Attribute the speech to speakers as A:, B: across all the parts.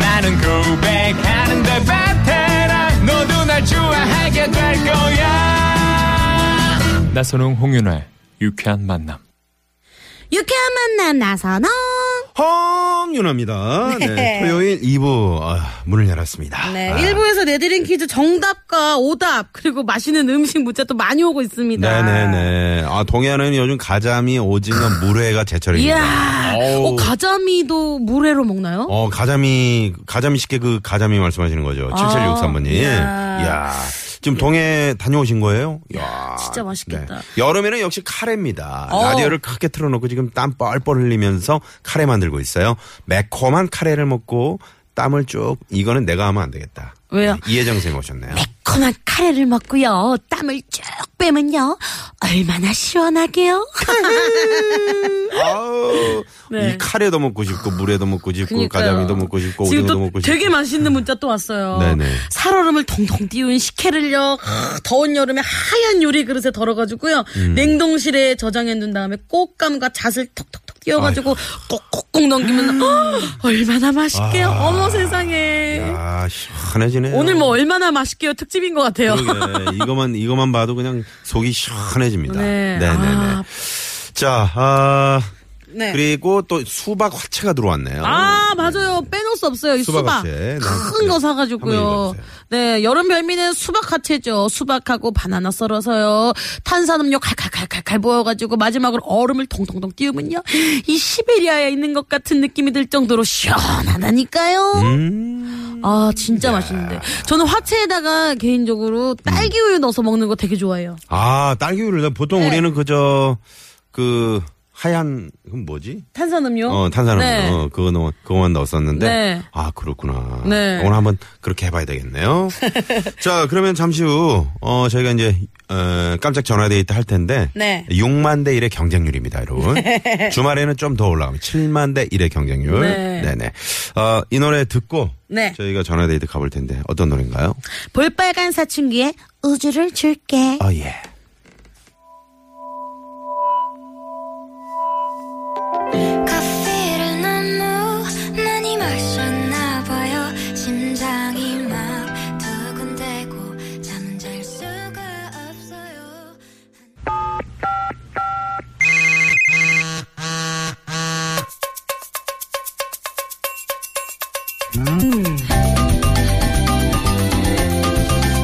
A: 나는 고백하는데 그 베테랑 너도 날 좋아하게 될 거야. 나선홍 홍윤아의 유쾌한 만남.
B: 유쾌한 만남 나선홍.
C: 험윤아입니다.
B: 네.
C: 네. 토요일 2부 아, 문을 열었습니다.
B: 네.
C: 아,
B: 1부에서 내드린 퀴즈 정답과 오답, 그리고 맛있는 음식 문자 또 많이 오고 있습니다.
C: 네, 네네네. 아, 동해안은 요즘 가자미, 오징어, 물회가 제철입니다.
B: 이야.
C: 어우.
B: 어, 가자미도 물회로 먹나요?
C: 어, 가자미, 가자미 쉽게 그 가자미 말씀하시는 거죠. 7763번님.
B: 아, 이야.
C: 이야. 지금 동해 다녀오신 거예요? 이야. 네.
B: 진짜 맛있겠다.
C: 여름에는 역시 카레입니다.
B: 어.
C: 라디오를 크게 틀어놓고 지금 땀 뻘뻘 흘리면서 카레 만들고 있어요. 매콤한 카레를 먹고 땀을 쭉, 이거는 내가 하면 안 되겠다. 네,
B: 왜요?
C: 이혜정 쌤 오셨네요.
B: 매콤한 카레를 먹고요. 땀을 쭉 빼면요. 얼마나 시원하게요?
C: 아우
B: 네.
C: 이 카레도 먹고 싶고 물에도 먹고 싶고
B: 그러니까요.
C: 가자미도 먹고 싶고
B: 지금
C: 오징어도
B: 또
C: 먹고
B: 되게
C: 싶고
B: 맛있는 문자 또 왔어요.
C: 네네.
B: 살얼음을 통통 띄운 식혜를요. 하, 더운 여름에 하얀 요리 그릇에 덜어가지고요.
C: 음.
B: 냉동실에 저장해 둔 다음에 꽃감과 잣을 톡톡톡 띄워가지고 꼭꼭꼭 넘기면 어, 얼마나 맛있게요. 어머 세상에.
C: 아 시원해지네
B: 오늘 뭐 얼마나 맛있게요 특집인 것 같아요.
C: 그러게. 이거만 이거만 봐도 그냥 속이 시원해집니다
B: 네.
C: 네. 네네
B: 아.
C: 자 아,
B: 네.
C: 그리고 또 수박 화채가 들어왔네요
B: 아 맞아요 빼놓을 수 없어요 이
C: 음. 수박
B: 수박
C: 화채.
B: 큰
C: 네.
B: 거
C: 한번
B: 사가지고요
C: 읽어보세요.
B: 네 여름 별미는 수박 화채죠 수박하고 바나나 썰어서요 탄산음료 칼칼칼칼칼 부어가지고 마지막으로 얼음을 통통통 띄우면요 이 시베리아에 있는 것 같은 느낌이 들 정도로 시원하다니까요
C: 음.
B: 아 진짜 맛있는데 저는 화채에다가 개인적으로 딸기 우유 넣어서 먹는 거 되게 좋아해요
C: 아 딸기우유를 보통
B: 네.
C: 우리는 그저 그 하얀 그 뭐지
B: 탄산음료
C: 어 탄산음료
B: 네.
C: 어, 그거 넣 그거만 넣었었는데
B: 네.
C: 아 그렇구나
B: 네.
C: 오늘 한번 그렇게 해봐야 되겠네요 자 그러면 잠시 후 어, 저희가 이제 어, 깜짝 전화 데이트 할 텐데
B: 네.
C: 6만 대 1의 경쟁률입니다 여러분 주말에는 좀 더 올라가면 7만 대 1의 경쟁률
B: 네.
C: 네네 어, 이 노래 듣고
B: 네.
C: 저희가 전화 데이트 가볼 텐데 어떤 노래인가요
B: 볼빨간 사춘기에 우주를 줄게
C: 아예
D: 커피를 너무 많이 마셨나 봐요 심장이 막 두근대고 잠은 잘 수가 없어요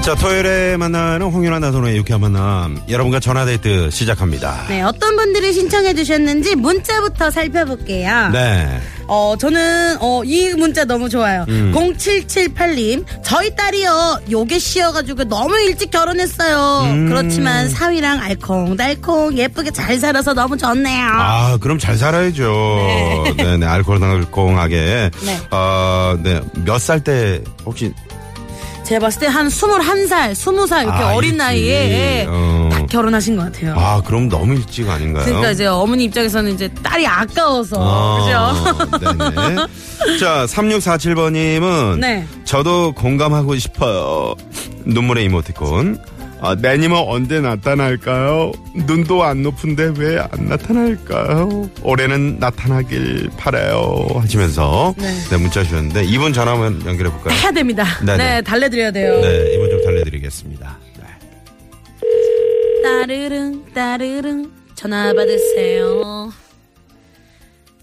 C: 자 토요일에 만나는 홍윤아 나선호의 유쾌한 만남 여러분과 전화 데이트 시작합니다
B: 네, 어떤 분들이 신청해 주셨는지 문자부터 살펴볼게요.
C: 네.
B: 어, 저는 어, 이 문자 너무 좋아요.
C: 음.
B: 0778님, 저희 딸이요 요게 씌어가지고 너무 일찍 결혼했어요.
C: 음.
B: 그렇지만 사위랑 알콩달콩 예쁘게 잘 살아서 너무 좋네요.
C: 아, 그럼 잘 살아야죠. 네, 네, 알콩달콩하게.
B: 네.
C: 아, 네. 몇 살 때 혹시
B: 제가 봤을 때 한 21살, 20살 이렇게
C: 아,
B: 어린
C: 일찍.
B: 나이에
C: 어.
B: 딱 결혼하신 것 같아요.
C: 아, 그럼 너무 일찍 아닌가요?
B: 그러니까 이제 어머니 입장에서는 이제 딸이 아까워서 그죠?
C: 그죠? 어. 네, 네네. 자, 3647번님은.
B: 네.
C: 저도 공감하고 싶어요. 눈물의 이모티콘. 아, 내님은 언제 나타날까요? 눈도 안 높은데 왜 안 나타날까요? 올해는 나타나길 바라요. 하시면서.
B: 네.
C: 네. 문자 주셨는데. 이분 전화 한번 연결해볼까요?
B: 해야 됩니다.
C: 네, 네.
B: 네, 달래드려야 돼요.
C: 네, 이분 좀 달래드리겠습니다. 네.
B: 따르릉 따르릉 전화 받으세요.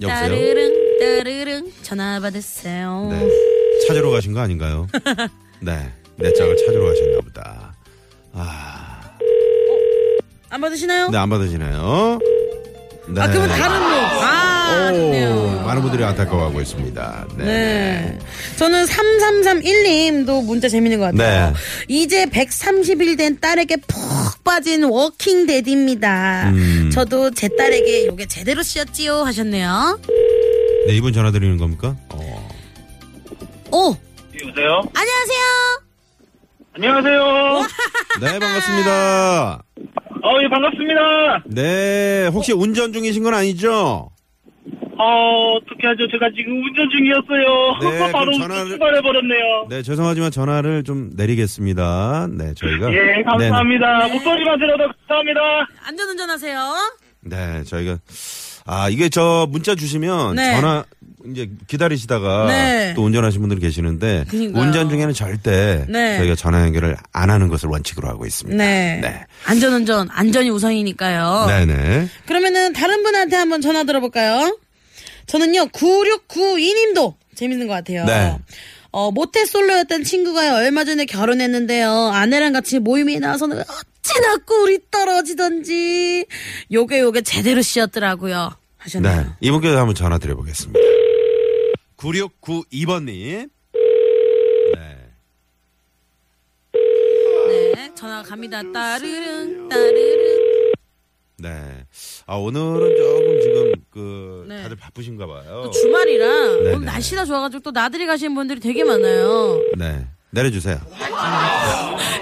C: 여보세요?
B: 따르릉 따르릉 전화 받으세요.
C: 네. 찾으러 가신 거 아닌가요? 네. 내 짝을 찾으러 가셨나 보다.
B: 안 받으시나요?
C: 네, 안 받으시네요. 네.
B: 아 그러면 다른 분. 아
C: 오,
B: 아쉽네요.
C: 많은 분들이 안타까워하고 있습니다. 네.
B: 네. 저는 3331님도 문자 재밌는 것 같아요.
C: 네.
B: 이제 130일 된 딸에게 푹 빠진 워킹 데디입니다.
C: 음.
B: 저도 제 딸에게 요게 제대로 씌었지요 하셨네요.
C: 네, 이분 전화 드리는 겁니까? 어.
B: 오!
E: 여보세요?
B: 안녕하세요.
E: 안녕하세요.
C: 네, 반갑습니다.
E: 어, 예, 반갑습니다.
C: 네, 혹시 운전 중이신 건 아니죠?
E: 어, 어떻게 하죠? 제가 지금 운전 중이었어요.
C: 네, 그럼
E: 바로
C: 전화를-
E: 출발해버렸네요.
C: 네, 죄송하지만 전화를 좀 내리겠습니다. 네, 저희가.
E: 예, 감사합니다. 목소리만 들어도 감사합니다.
B: 안전운전 하세요.
C: 네네. 네, 저희가. 아, 이게 저 문자 주시면
B: 네.
C: 전화 이제 기다리시다가
B: 네.
C: 또 운전하신 분들 계시는데
B: 그니까요.
C: 운전 중에는 절대
B: 네.
C: 저희가 전화 연결을 안 하는 것을 원칙으로 하고 있습니다.
B: 네. 어.
C: 네.
B: 안전운전, 안전이 우선이니까요.
C: 네네.
B: 그러면은 다른 분한테 한번 전화 들어볼까요? 저는요, 9692님도 재밌는 것 같아요.
C: 네.
B: 어, 모태솔로였던 친구가 얼마 전에 결혼했는데요. 아내랑 같이 모임에 나와서는 어찌나 꿀이 떨어지던지. 요게 요게 제대로 씌었더라고요. 하셨네요.
C: 네. 이분께도 한번 전화 드려보겠습니다. 9692번님. 네.
B: 네, 전화 갑니다. 따르릉, 따르릉.
C: 네. 아, 오늘은 조금 지금 그
B: 네.
C: 다들 바쁘신가 봐요.
B: 또 주말이라
C: 네,
B: 오늘
C: 네.
B: 날씨가 좋아가지고 또 나들이 가시는 분들이 되게 많아요.
C: 네. 내려주세요.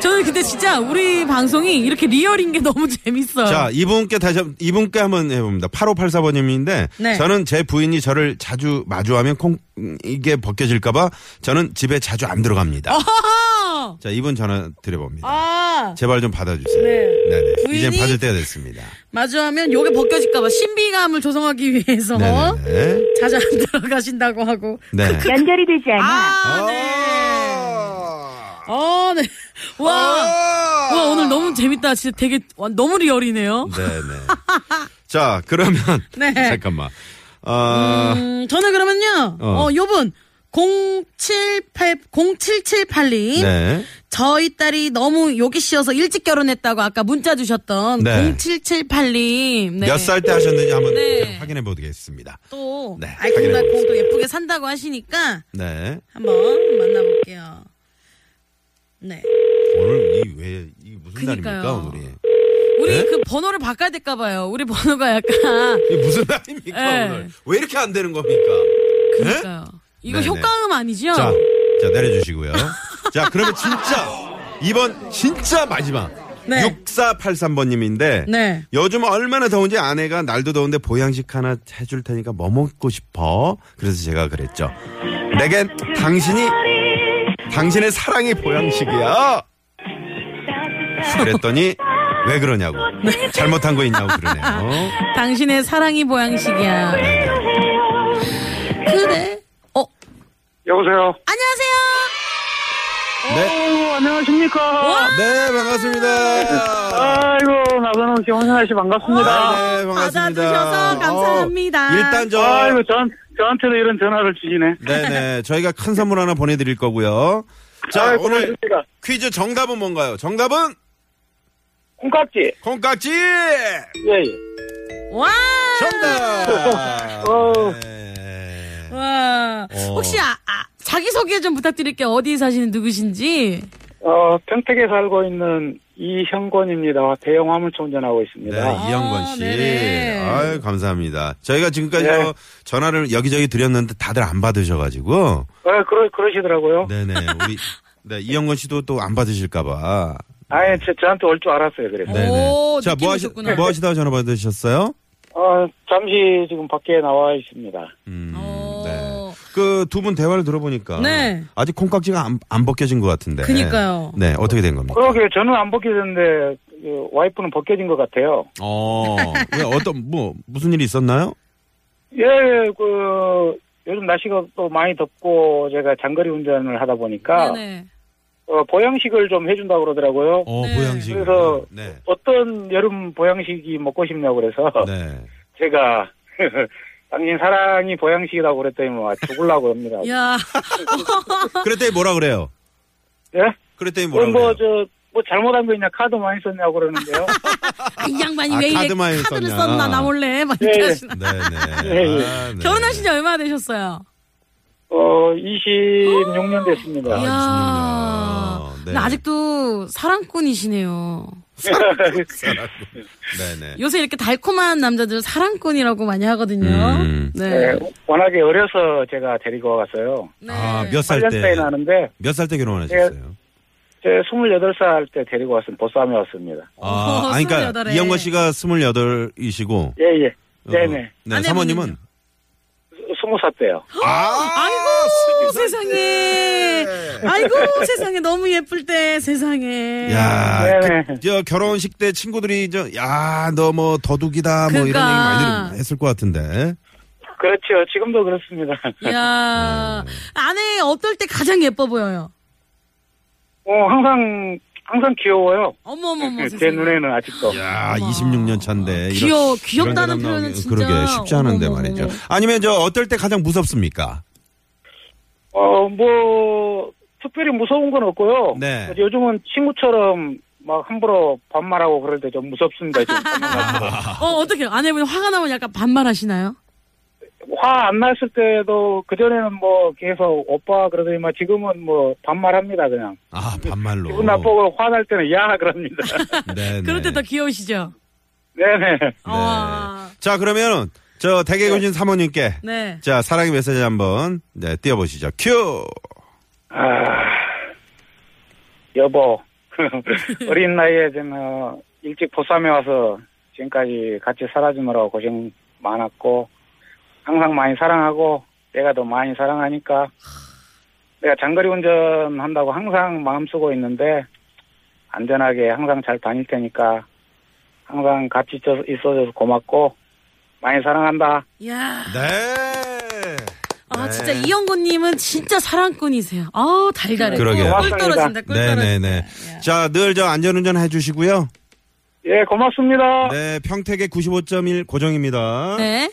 B: 저는 근데 진짜 우리 방송이 이렇게 리얼인 게 너무 재밌어요.
C: 자, 이분께 다시 한- 이분께 한번 해봅니다. 8584번님인데
B: 네.
C: 저는 제 부인이 저를 자주 마주하면 콩 이게 벗겨질까봐 저는 집에 자주 안 들어갑니다.
B: 아. 아하!
C: 자, 이분 전화 드려봅니다.
B: 아
C: 제발 좀 받아주세요.
B: 네.
C: 네네.
B: 부인이-
C: 이제 받을 때가 됐습니다.
B: 마주하면 요게 벗겨질까봐 신비감을 조성하기 위해서
C: 네네.
B: 자주 안 들어가신다고 하고.
C: 네.
F: 연결이 되지 않아
B: 아 네. 어 네. 와.
C: 아.
B: 와 오늘 너무 재밌다. 진짜 되게 와, 너무 리얼이네요.
C: 네네. 자, 그러면
B: 네.
C: 잠깐만. 아,
B: 음, 저는 그러면요.
C: 어.
B: 어, 요분 078 07782
C: 네.
B: 저희 딸이 너무 욕이 씌어서 일찍 결혼했다고 아까 문자 주셨던
C: 네.
B: 07782님.
C: 몇 살 때 하셨는지 한번
B: 네.
C: 확인해 보겠습니다.
B: 또
C: 네,
B: 알콩달콩 또
C: 확인해보겠습니다.
B: 예쁘게 산다고 하시니까
C: 네.
B: 한번 만나볼게요. 네.
C: 오늘 이 왜 이 무슨
B: 그니까요.
C: 날입니까, 오늘이?
B: 우리
C: 네?
B: 그 번호를 바꿔야 될까 봐요. 우리 번호가 약간
C: 이게 무슨 날입니까,
B: 네.
C: 오늘? 왜 이렇게 안 되는 겁니까?
B: 그러니까요. 이거
C: 네? 네네.
B: 효과음 아니죠?
C: 자, 자 내려주시고요. 자, 그러면 진짜 이번 진짜 마지막
B: 네.
C: 6483번님인데
B: 네.
C: 요즘 얼마나 더운지 아내가 날도 더운데 보양식 하나 해줄 테니까 뭐 먹고 싶어? 그래서 제가 그랬죠. 내겐 당신이 당신의 사랑이 보양식이야. 그랬더니 왜 그러냐고
B: 네.
C: 잘못한 거 있냐고 그러네요. 네.
B: 당신의 사랑이 보양식이야. 그래. 어,
E: 여보세요.
B: 안녕하세요.
C: 네,
E: 어, 안녕하십니까.
C: 네 반갑습니다.
E: 아이고, 나선홍 씨, 홍선아 씨 반갑습니다.
C: 네, 네, 반갑습니다.
B: 받아주셔서 감사합니다.
C: 어, 일단 저
E: 아이고, 전, 저한테도 이런 전화를 주시네.
C: 네네 저희가 큰 선물 하나 보내드릴 거고요. 자
E: 아이,
C: 오늘
E: 고맙습니다.
C: 퀴즈 정답은 뭔가요? 정답은
E: 콩깍지.
C: 콩깍지
E: 예, 예.
B: 와.
C: 정답.
E: 어.
C: 네.
B: 와.
C: 어.
B: 혹시 아, 아, 자기소개 좀 부탁드릴게요. 어디 사시는 누구신지.
E: 어, 평택에 살고 있는 이형권입니다. 대형 화물차 운전하고
C: 네,
E: 있습니다.
C: 이영권 씨.
B: 어, 네네.
C: 아유, 감사합니다. 저희가 지금까지
E: 네.
C: 저 전화를 여기저기 드렸는데 다들 안 받으셔가지고.
E: 어, 그러, 그러시더라고요.
C: 네네. 우리, 네, 이영권 씨도 또 안 받으실까봐.
E: 아예 저, 저한테 올 줄 알았어요. 그래서.
B: 네.
C: 네네.
B: 오,
C: 자,
B: 느낌
C: 뭐, 하시,
B: 오셨구나.
C: 뭐 하시다가 전화 받으셨어요?
E: 어, 잠시 지금 밖에 나와 있습니다.
C: 음,
B: 어.
C: 네. 그 두 분 대화를 들어보니까.
B: 네.
C: 아직 콩깍지가 안, 안 벗겨진 것 같은데.
B: 그니까요.
C: 네, 어떻게 된 겁니까?
E: 그러게 저는 안 벗겨졌는데 그 와이프는 벗겨진 것 같아요.
C: 어, 왜 어떤, 뭐, 무슨 일이 있었나요?
E: 예, 예, 그 요즘 날씨가 또 많이 덥고 제가 장거리 운전을 하다 보니까
B: 네네.
E: 어, 보양식을 좀 해준다 고 그러더라고요.
C: 어,
B: 네.
C: 보양식.
E: 그래서-
C: 네.
E: 어떤 여름 보양식이 먹고 싶냐고 그래서
C: 네.
E: 제가 당신 사랑이 보양식이라고 그랬더니 막 죽을라고 합니다.
B: 야,
C: 그랬더니 뭐라 그래요?
E: 예?
C: 그랬더니 뭐라
E: 그럼 뭐
C: 그래요?
E: 저 뭐 잘못한 거 있냐 카드 많이 썼냐고 그러는데요.
B: 아, 이 양반이
C: 아,
B: 왜 이래
C: 카드만
B: 카드를
C: 썼냐.
B: 썼나 나 몰래 막 이렇게
E: 예, 예.
B: 하시나.
C: 네네.
E: 예,
C: 아, 네.
B: 결혼하신 지 얼마나 되셨어요?
E: 어 26년 됐습니다.
C: 야.
B: 이야.
C: 네.
B: 근데 아직도 사랑꾼이시네요.
E: 그
C: 네네.
B: 요새 이렇게 달콤한 남자들 사랑꾼이라고 많이 하거든요.
C: 음.
E: 네,
B: 네.
E: 워낙에 어려서 제가 데리고 와갔어요.
B: 네.
C: 아, 몇 살
E: 8년 차이
C: 때?
E: 나는데
C: 몇 살 때 결혼하셨어요?
E: 제 28살 때 데리고 왔으면 보쌈에 왔습니다.
C: 아, 아니,
B: 어,
C: 그러니까
B: 28에.
C: 이영건 씨가 28이시고
E: 예, 예. 네네.
C: 네, 사모님은
B: 아내분은요?
E: 스무 살 때요.
C: 아,
B: 아이고
C: 스무 살
B: 세상에 아이고 세상에 너무 예쁠 때 세상에
C: 야,
E: 네네.
C: 그, 저 결혼식 때 친구들이 저, 야, 너 뭐 도둑이다, 뭐 이런 얘기
B: 그러니까.
C: 많이 했을 것 같은데.
E: 그렇죠. 지금도 그렇습니다.
C: 음.
B: 야 아내 어떨 때 가장 예뻐 보여요
E: 어, 항상, 항상 귀여워요. 네,
B: 어머 어머 어머
E: 제
B: 세상에.
E: 눈에는 아직도.
C: 음, 야, 26년 차인데. 네, 이런-
B: 귀여워. 귀엽다는
C: 이런 대답
B: 표현은
C: 나오기-
B: 진짜.
C: 그러게 쉽지 않은데
B: 어머머머.
C: 말이죠. 아니면 저 어떨 때 가장 무섭습니까?
E: 어, 뭐, 특별히 무서운 건 없고요.
C: 네.
E: 요즘은 친구처럼 막 함부로 반말하고 그럴 때 좀 무섭습니다. 지금.
B: 어 어떻게 아내분 화가 나면 약간 반말하시나요?
E: 화 안 났을 때도 그전에는 뭐 계속 오빠 그러더니만 지금은 뭐 반말합니다. 그냥.
C: 아, 반말로.
E: 기분 나쁘고 화날 때는 야 그럽니다.
C: 네,
B: 그럴
C: 네.
B: 때 더 귀여우시죠?
E: 네네.
B: 어,
C: 자, 그러면 저 댁에 계신 사모님께
B: 네.
C: 자, 사랑의 메시지 한번 네, 띄워보시죠. 큐!
E: 아, 여보, 어린 나이에 저는 어, 일찍 보쌈에 와서 지금까지 같이 살아주느라 고생 많았고, 항상 많이 사랑하고, 내가 더 많이 사랑하니까, 내가 장거리 운전한다고 항상 마음 쓰고 있는데, 안전하게 항상 잘 다닐 테니까, 항상 같이 있어- 있어줘서 고맙고, 많이 사랑한다.
B: 야.
C: 네.
B: 아
C: 네.
B: 진짜 이영곤님은 진짜 사랑꾼이세요. 아 달달해.
C: 그러게요.
B: 꿀 떨어진다. 꿀 떨어진다. 예.
C: 네네네. 자, 늘 저 안전운전 해주시고요.
E: 예, 고맙습니다.
C: 네,
E: 네,
C: 평택의 95.1 고정입니다.
B: 네.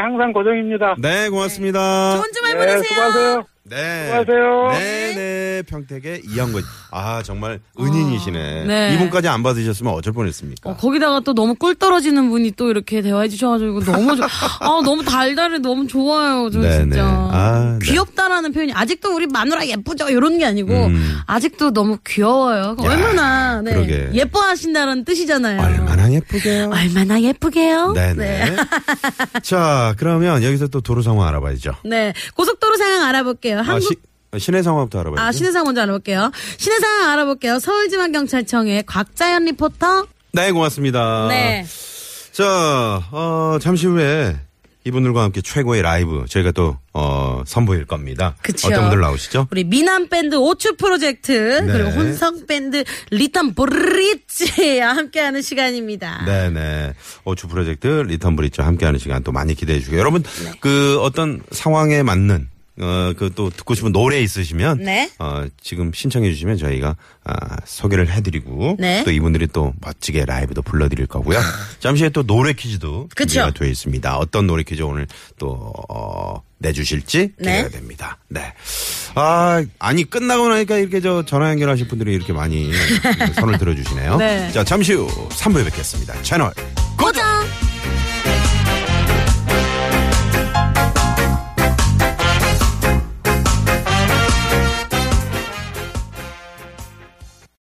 E: 항상 고정입니다.
C: 네, 고맙습니다.
B: 좋은 주말
E: 네,
B: 보내세요.
E: 수고하세요.
C: 네.
E: 수고하세요.
C: 네, 네. 평택의 이영근. 아, 정말 은인이시네.
B: 아, 네.
C: 이분까지 안 받으셨으면 어쩔 뻔했습니까?
B: 어, 거기다가 또 너무 꿀 떨어지는 분이 또 이렇게 대화해 주셔가지고 너무 좋, 아 너무 달달해 너무 좋아요 저
C: 네네.
B: 진짜
C: 아, 네.
B: 귀엽다라는 표현이 아직도 우리 마누라 예쁘죠 이런 게 아니고
C: 음.
B: 아직도 너무 귀여워요
C: 야,
B: 얼마나 네.
C: 그러게.
B: 예뻐하신다는 뜻이잖아요
C: 얼마나 예쁘게요.
B: 얼마나 예쁘게요
C: 네네. 자, 그러면 여기서 또 도로 상황 알아봐야죠.
B: 네 고속도로 상황 알아볼게요 한국
C: 아, 시, 시내 상황부터 알아봐야죠.
B: 아, 신의 상황 먼저 알아볼게요. 신의 상황 알아볼게요. 서울지방경찰청의 곽자연 리포터.
C: 네, 고맙습니다.
B: 네.
C: 자, 어, 잠시 후에 이분들과 함께 최고의 라이브 저희가 또 어, 선보일 겁니다.
B: 그쵸.
C: 어떤 분들 나오시죠?
B: 우리 미남 밴드 오추 프로젝트 그리고 혼성 밴드 리턴 브릿지와 함께하는 시간입니다.
C: 네네. 오추 프로젝트 리턴 브릿지와 함께하는 시간 또 많이 기대해 주고요. 여러분
B: 네.
C: 그 어떤 상황에 맞는 어, 그 또 듣고 싶은 노래 있으시면
B: 네.
C: 어, 지금 신청해 주시면 저희가 아, 소개를 해드리고
B: 네.
C: 또 이분들이 또 멋지게 라이브도 불러드릴 거고요. 잠시 후에 또 노래 퀴즈도
B: 그쵸.
C: 준비가 되어 있습니다. 어떤 노래 퀴즈 오늘 또 어, 내주실지
B: 네.
C: 기대가 됩니다. 네. 아 아니 끝나고 나니까 이렇게 저 전화 연결하실 분들이 이렇게 많이 손을 들어주시네요.
B: 네.
C: 자 잠시 후 3부에 뵙겠습니다. 채널
B: 고정!